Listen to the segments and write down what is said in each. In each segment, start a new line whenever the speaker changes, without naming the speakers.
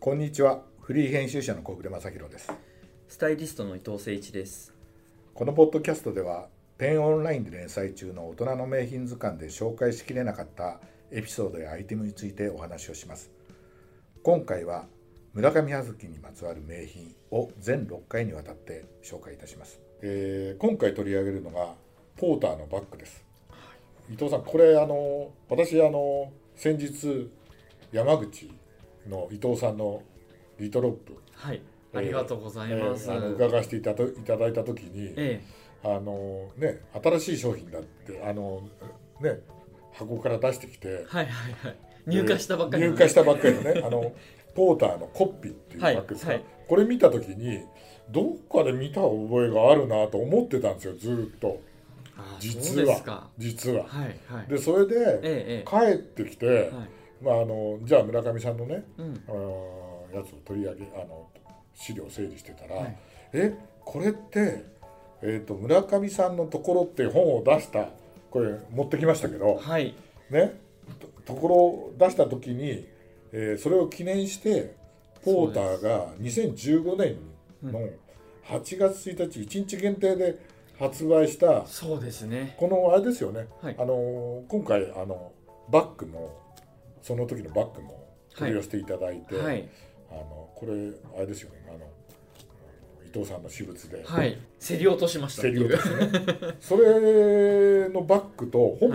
こんにちはフリー編集者の小暮正弘です
スタイリストの伊藤誠一です。
このポッドキャストではペンオンラインで連載中の大人の名品図鑑で紹介しきれなかったエピソードやアイテムについてお話をします今回は村上春樹にまつわる名品を全6回にわたって紹介いたします、えー今回取り上げるのがポーターのバッグです、伊藤さんこれあの私あの先日山口の伊藤さんのリトロップ
はい、
えー
ありがとうございます。
えーあの伺わせていただいただいた時に、
え
あのね、新しい商品だってあの、ね、箱から出してきて
えはいはいはい。 入荷したばっかり
え
な
ー
ん
入
で
荷したばっかりのねあ のポーターのコッピーっていうバ
はい
ッグですか、
はい
これ見た時にどっかで見た覚えがあるなと思ってたんですよずーっと
あー
実
そうです
は
か。
実は。
はいはい。
でそれで
ええ
帰ってきて、
ええはい。
まあ、あのじゃあ村上さんのね
うん。
あーやつを取り上げあの資料を整理してたら、
はい
えこれって、えー、と村上さんのところって本を出したこれ持ってきましたけど、
はい。
ね、とところを出した時に、えーそれを記念してポーターが2015年の8月1日1日限定で発売した
そうですね。
このあれですよね、
はい
あのー今回あのバッグもその時のバッグも取り寄せていただいて。
はい
あのこれあれですよねあの伊藤さんの私物で、
はい。競り落としましたっ
競
て
り
い
落
う
と。しねそれのバッグとほ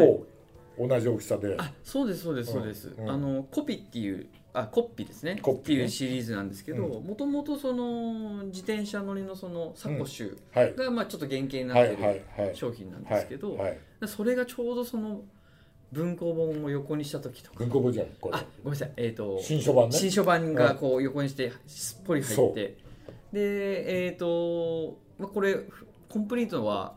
ぼ同じ大きさで、
あ、そうですそうですそうです。
うんうん
あのコピっていうあコッピですね。
コッピね
っていうシリーズなんですけど、
う
もともとその自転車乗りのそのサコッシュ
はい
がまあちょっと原型にな
は
って
いはい
る
はい
商品なん
は
ですけ
い
ど、
はい
それがちょうどその文庫本を横にした時とか
文庫本じゃんこれ
あごめんなさいえっ、と
新書版ね
新書版がこう横にしてすっぽり入
そ
っ
う
てでえっ、と、まあ、これコンプリートは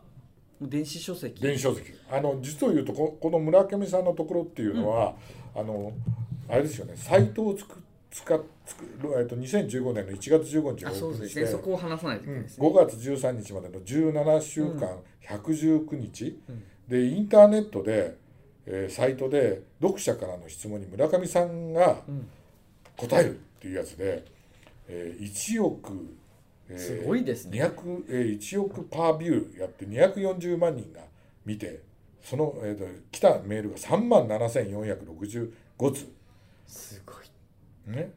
電子書籍
電子書籍あの実を言うとここの村上さんのところっていうのは、あのあれですよねサイトをつく使っつく、えっと、2015年の1月15日
あ
に
そ
オ
う
ープ
で
ンし
す
て
ねそこを話さないといけ
う
ない
ん
ですね、
5月13日までの17週間、119日、
うん
でインターネットで、えーサイトで読者からの質問に村上さんが
うん
答えるっていうやつで、えー1億、えー
すごいですね
200えー1億パービューやって240万人が見てその、えーと来たメールが3万7465通、
すごい
ね、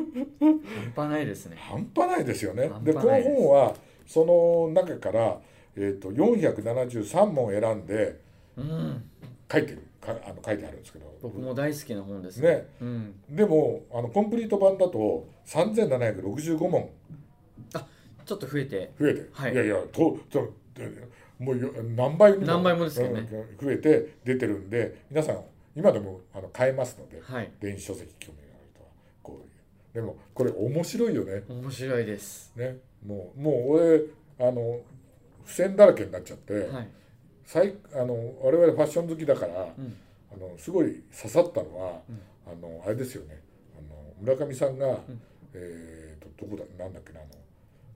半端ないですね
半端ないですよね。で
半
こ
端
の
ないです
本はその中から、えー、と473問選んで
うん
書いてるかあの書いてあるんですけど
僕も大好きな本です
ね
うん、
でもあのコンプリート版だと3765問
ちょっと増えて
増えて、
はい
いやいやととでもうよ何倍も
何倍もですよね
うん増えて出てるんで皆さん今でもあの買えますので
はい
電子書籍興味がある人はこういうでもこれ面白いよね
面白いです
ねもうもう俺あの付箋だらけになっちゃって、
はい、
最あの我々ファッション好きだから
うん、
あのすごい刺さったのは、
うん
あのあれですよねあの村上さんが、
ん
えー、とどこだなんだっけなあの、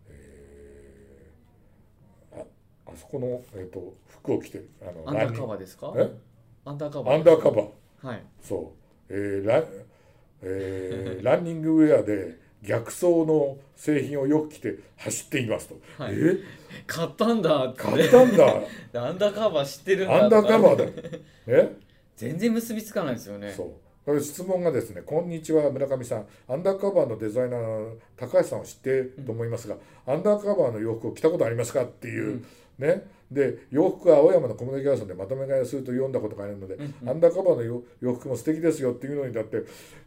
えーああそこの、えー、と服を着てるあの
アンダ
ラン
ー
ニ
カ
ング
バーですか
え
アンダーカバー
アンダーカバー
ーはい
そう、えーランえー ランニングウェアで逆走の製品をよく着て走っていますと、
はい
え
買ったんだって
買った んだ
アンダーカバー知ってるんだ
アンダーカ
ー
バーだよえ
全然結びつかないですよね
そう。これ質問がですね、こんにちは村上さん、アンダーカバーのデザイナーの高橋さんを知っていると思いますが、アンダーカバーの洋服を着たことありますかっていう、ね。で、洋服は青山のコミュニケーションでまとめ買いをすると読んだことがあるので、アンダーカバーのよ洋服も素敵ですよっていうのにだって、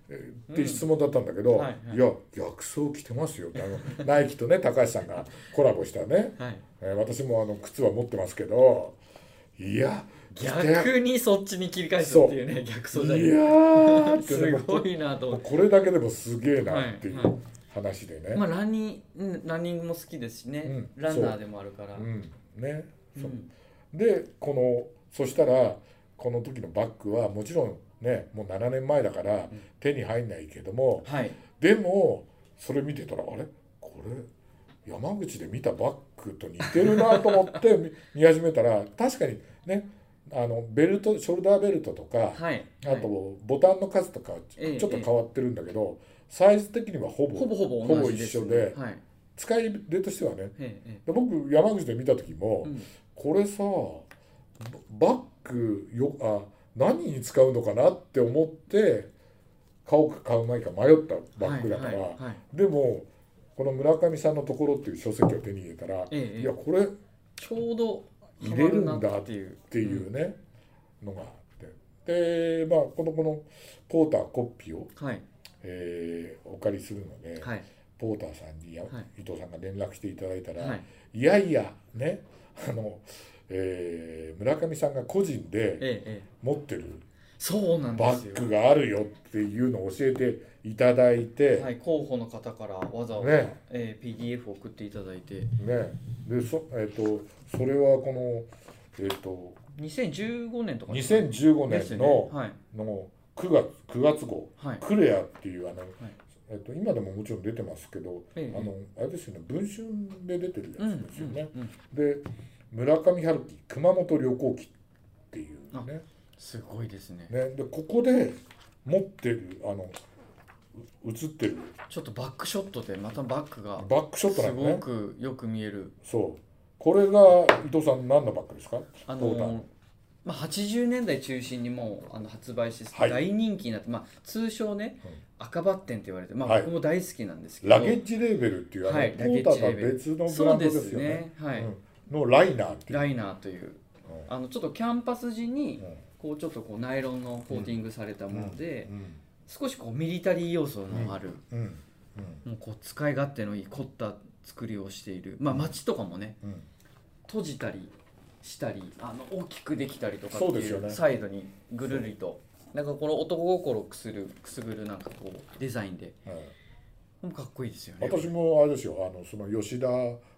えーっていう質問だったんだけど、
はいはい
いや、逆走着てますよって、あのナイキとね、高橋さんがコラボしたね、
はい
えー私もあの靴は持ってますけど、いや、着て
逆にそっちに切り返すっていうね逆走じゃない
いやーって
すごいなと
も
思
う
って
これだけでもすげえなってい
はいは
う話でね、
まあランニングうんランニングも好きですしね、
うん
ランナーでもあるから、
うんね
う
そうんでこのそしたらこの時のバッグはもちろんねもう7年前だから
ん
手に入んないけども
はい
でもそれ見てたらあれこれ山口で見たバッグと似てるなと思って 見見始めたら確かにねあのベルトショルダーベルトとか
はい
あとボタンの数とかはち
ええ
ちょっと変わってるんだけど、サイズ的にはほぼ
ほぼほぼ同じです、
ほぼ一緒で
はい
使い手としてはね
えええ
で僕山口で見た時も、
えうん
これさババッグよあ何に使うのかなって思って買おうか買うまいか迷ったバッグだから、
はいはいはい
でもこの村上さんのところっていう書籍を手に入れたら、
ええ
いやこれっ
ちょうど
入れるんだ
はまなっていう
ていうね、のがあってでまあこのこのポーターコッピーを、
うんはい
えーお借りするので、
はい
ポーターさんにや、
は
伊藤さんが連絡していただいたら、
はい
いやいやねあの、えー村上さんが個人
え
で
えええ
持ってる
そうなんで
バ
すよ
ッグがあるよっていうのを教えていただいて、
はい、候補の方からわざわざ、
ね
えー PDF を送っていただいて
ねでそ,、えっとそれはこの、えっと
2015年とかですか
2015
です
年の,、
よねはい
の9月9月号
はい
クレアっていうあの、えっと今でももちろん出てますけど、
ええ
あのあれですよね文春で出てる
う
や
んう
つですよね。
んうん
で村上春樹熊本旅行記っていうね
すごいですね
ねでここで持ってるあのう写ってる
ちょっとバックショットでまたバックが
バックショットな
す
んで
ご
ね
くよく見える
そうこれが伊藤さん何のバッグですか
あ
ポーター
のまあ、80年代中心にもうあの発売して
はい
大人気になって、まあ、通称ね、
うん
赤バッテンって言われて、まあ、
はい
僕も大好きなんですけど
ラゲッジレーベルっていうあの、
はい
ポーターとは
ラゲッジレ
別の
ーベル
ブ
そ
ラ
う
ンドで
ですす
よね
ねはい、
うんのライナーっていう、
ライナーという
う
あのちょっとキャンパス地に
んうん
こうちょっとこうナイロンのコーティングされたもので、
うん
少しこうミリタリー要素のある、
うん
もうこう使い勝手のいい凝った作りをしているまあ街とかもね
うん
閉じたりしたりあの大きくできたりとかって
そうです
い
よ
う
ね
サイドにぐるりと、なんかこの男心をくするくすぐるなんかこうデザインで
うんはい
もうかっこいいですよね
私もあれですよあのその吉田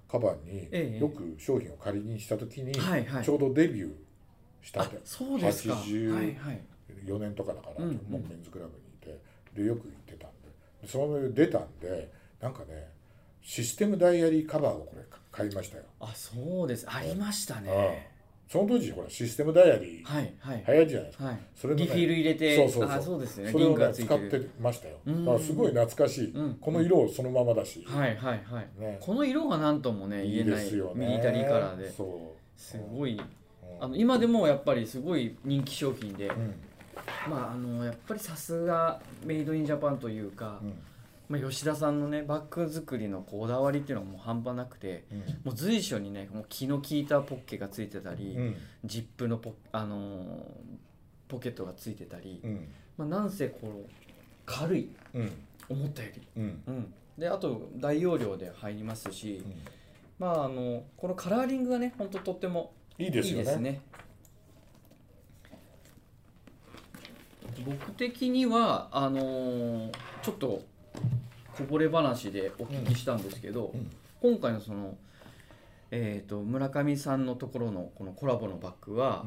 カバン
え
に
え
よく商品を借りにした時に、
はいはい
ちょうどデビューした
あ
て
そうですか
80
はいはい
4年とかだから、
うんうん
もうメンズクラブにいてでよく行ってたんででその上で出たんでなんかねシステムダイアリーカバーをこれ買いましたよ
あそうですありましたね
その当時ほらシステムダイアリー
はいはい
流行るじゃないですか、
はい
それの
リ
ね
フィール入れて
そうそうそう
あそうですよね
それ
リン
を
グが
ね
つい
使
て
っ
る
てましたよ
う
だ
ん
からすごい懐かしい、
うん
この色をそのままだし、
はいはいはい
ね
この色がなんともね
い
言
い
え
で
ない
すよね
ミリタリーカラーで
そ
すごい
うん
あの今でもやっぱりすごい人気商品で、
う、うん
まああのやっぱりさすがメイドインジャパンというか、
うん
まあ、吉田さんのねバッグ作りのこだわりっていうのはもう半端なくて
うん
もう随所にねもう気の利いたポッケがついてたり、
うん
ジップのポ,、あのーポケットがついてたり、
うん
まあ、なんせこう軽い
うん
思ったより、
うん
うん、であと大容量で入りますし、まああのこのカラーリングがねほんととっても
いいですよね
いいですね僕的にはあのーちょっとこぼれ話でお聞きしたんですけど、
うん
今回のその、えー、と村上さんのところのこのコラボのバッグは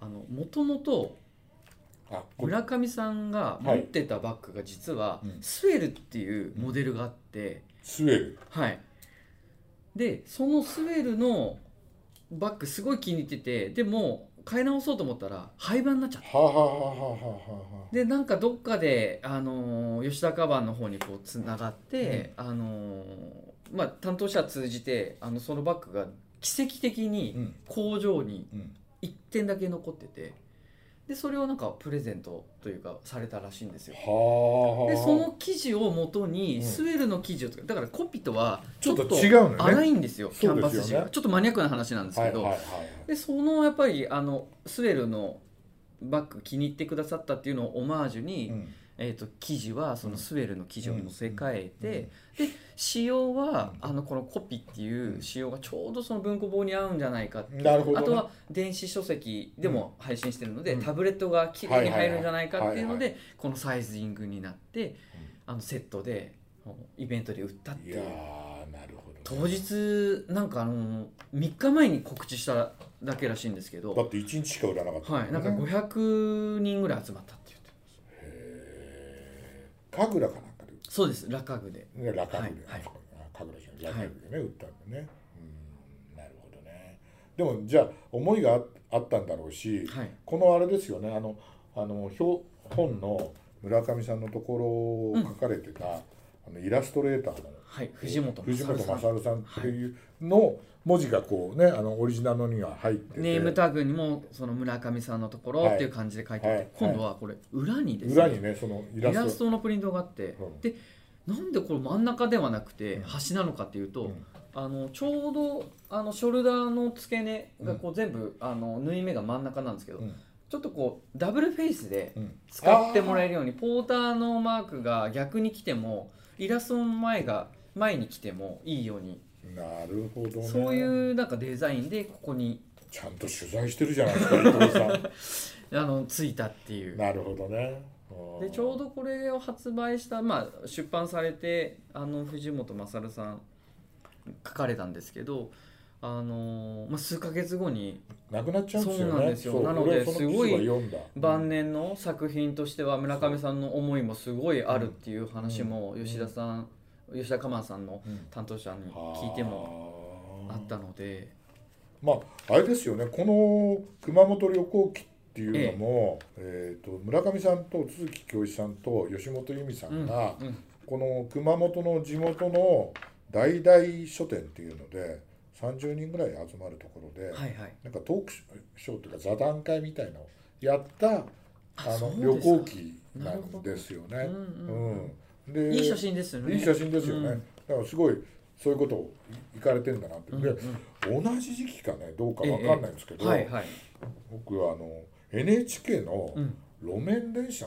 うん
もともと
あこれ
村上さんが持ってたバッグが実は
うん
スウェルっていうモデルがあって、
スウェル
はいでそのスウェルのバッグすごい気に入っててでも買い直そうと思ったら廃盤になっちゃった
はあはあはあはあはあはあ
でなんかどっかで、あのー吉田カバンの方にこうつながって、あのーまあ、担当者通じてあのそのバッグが奇跡的
う
に
ん
工場に
うん
1点だけ残っててでそれをなんかプレゼントというかされたらしいんですよ。
はあ
でその生地を元
う
に
ん
スウェルの生地を使うだからコピとは
ちょっと
ち
違うのよね
荒いんですよキャン
そう
パ
です
ス
よね
地が、ちょっとマニアックな話なんです
は
け
いはい
ど、
はいはい
でそのやっぱりあのスウェルのバッグ気に入ってくださったっていうのをオマージュに、
うん
えー、と生地はそうの
ん
スウェルの生地を乗せ替えて、
うん
で仕様は、
うん
あのこのコピってい
うん
う仕様がちょうどその文庫本に合うんじゃないかっていう
なるほどね
あとは電子書籍でも配信してるので、
うん
タブレットがきれいに入るんじゃないかっていうので、このサイズイングになって、あのセットであのイベントで売ったって
い
い
や
う
ーなるほど
当日なんかあの3日前に告知しただけらしいんですけど、
だって一日しか売らなかった
はい、なんか
へ
500人ぐらい集まったって言って
え神楽かなんかで
そうですラカグで
ね、ラカグで、
はいはい
あそこにあ神楽じゃないラカグでね、売ったんでねうんなるほどねでもじゃあ思いがああったんだろうし、
はい
このあれですよねあのあの表本の村上さんのところを書かれてた、あのイラストレーターの
はい、藤本
藤本
勝さん
勝さんっていうの文字がこうねあのオリジナルのには入ってて
ネームタグにもその村上さんのところっていう感じで書いてあっ
は
て、
いはい
今度はこれ裏にですね
裏にねそのイ
イ
ラスト
ラストのプリントがあって、
うん
でなんでこれ真ん中ではなく
う
て
ん
端なのかっていうと、
うん
あのちょうどあのショルダーの付け根がこう全部、あの縫い目が真ん中なんですけど、
うん
ちょっとこうダブルフェイスで
うん
使ってもらえるようにポーターのマークが逆に来てもイラストの前が前に来てもいいように
なるほどね
そういうなんかデザインでここに
ちゃんと取材してるじゃないですか伊藤さん
あのついたっていう
なるほどねうん
でちょうどこれを発売した、まあ、出版されてあの藤本勝さん書かれたんですけど、あのまあ、数ヶ月後に
なくなっちゃうんですよね
そうなんですよ
そう
なので
俺はそ記事は
すごい
読んだ
晩年の作品としては村上さんの思いもすごいあるっていう話も吉田さん、吉田鎌さんの
うん
担当者に聞いてもあったので、
まああれですよねこの熊本旅行記っていうのも、えー、と村上さんと都築教一さんと吉本由美さ
うん
んが、
うん
この熊本の地元の大々書店っていうので30人ぐらい集まるところで、
はいはい
なんかトークショーというか座談会みたいのをやったあ
そう
の
ですか
旅行記なんですよね。
うんうんうん
うんで
いい写真ですよね
いい写真ですよね、
うん
だからすごいそういうことをいかれてんだなって、
うん
で
うん
同じ時期かねどうかわかんないんですけど、
はいはい、
僕はあの NHK の
うん
路面電車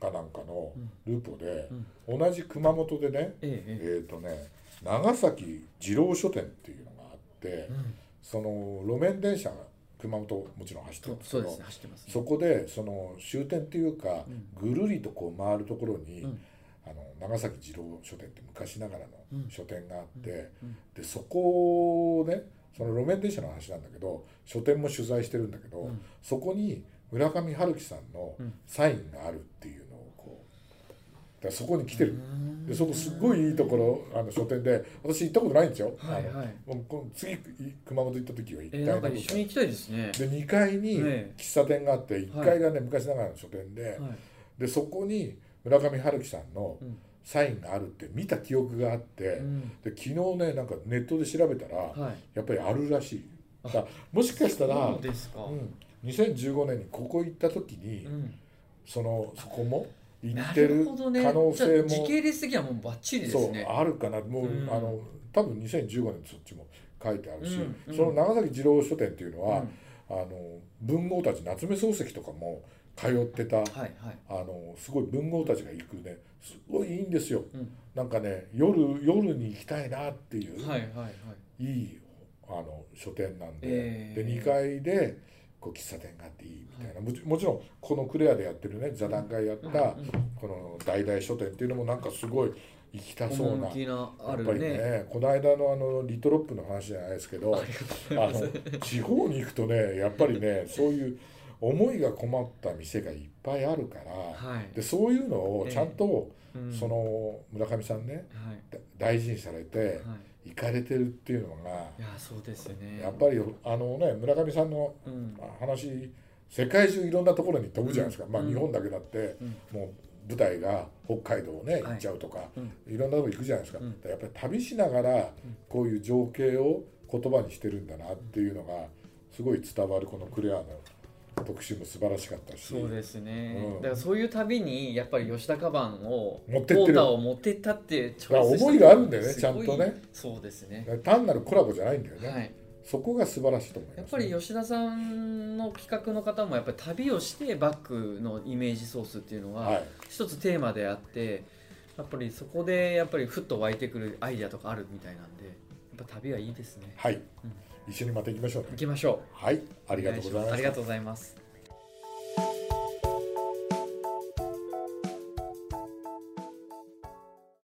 かなんかのルポで
う、ん
同じ熊本でね、
えええ
えっ、とね長崎二郎書店っていうのがあって、
えうん
その路面電車が熊本もちろん走ってる
そ
んですけど
そうですね走ってますね
そこでその終点っていうか、ぐるりとこう回るところに、
うん
あの長崎二郎書店って昔ながらの書店があって、
うん
でそこをねその路面電車の話なんだけど書店も取材してるんだけど、
うん
そこに村上春樹さんの
うん
サインがあるっていうのをこうだからそこに来てる、
うん
でそこすっごいいいところあの書店で私行ったことないんですよ、
はいはい
あのもうこの次い熊本行った時は一
え
回
ー、なんか一緒に行きたいですね。
で2階に
ええ
喫茶店があって1階がね昔ながらの書店で、
はい、
でそこに村上春樹さんの
うん
サインがあるって見た記憶があって、
うん
で昨日ねなんかネットで調べたら、
はい。
やっぱりあるらしいだからもしかしたら、
そうですか。
うん、2015年にここ行った時に、
うん
そのそこも行
な
ってる
る
可
ほどね。
能
じゃ
性
あ
も、
時系列的にはもうバッチリで
そ
す
う
ね。
あるかなもう、
うん
あの多分2015年そっちも書いてあるし、
うんうん
その長崎二郎書店っていうのは、
うん
あの文豪たち夏目漱石とかも通ってた、
はいはい。
あのすごい文豪たちが行くねすごいいいんですよ
うん、
なんかね夜夜に行きたいなっていう、
はいはいはい。
い、いあの書店なんで、
えー
で2階でこう喫茶店があっていいみたいな、もちもちろんこのクレアでやってるね座談会やった、
うん
この大々書店っていうのもなんかすごい行きたそうな。
趣のあ
やっ
る
ぱり
ね。
ねこの間のあのリトロップの話じゃないですけどあの地方に行くとねやっぱりねそういう思いが困った店がいっぱいあるから、
はい。
でそういうのをちゃんと、
うん
その村上さんね
はい
だ大事にされて
はい。
行かれてるっていうのが
いやそうですよね。
やっぱりあのね村上さんの
うん。
話世界中いろんなところに飛ぶじゃないですか、
うん
まあ
うん
日本だけだって、
うん
もう舞台が北海道ね
い
行っちゃうとか、
うん
いろんなとこ行くじゃないですか、
うん
やっぱり旅しながらこういう情景を言葉にしてるんだなっていうのがすごい伝わるこのクレアの特集も素晴らしかったし
そうですね、
うん
だからそういう旅にやっぱり吉田カバンを
持ってってる
ポーターを持ってったってチョイスした
だから思いがあるんだよね
すごい
ちゃんとね
そうですね
単なるコラボじゃないんだよね、
はい
そこが素晴らしいと思います、
やっぱり吉田さんの企画の方もやっぱり旅をしてバックのイメージソースっていうの
は
はい一つテーマであってやっぱりそこでやっぱりふっと湧いてくるアイデアとかあるみたいなんでやっぱ旅はいいですね
はい、一緒にまた行きましょうね
行きましょ
はいあ
う
りがとうござい
お願し
まし
あり
た
がとうございます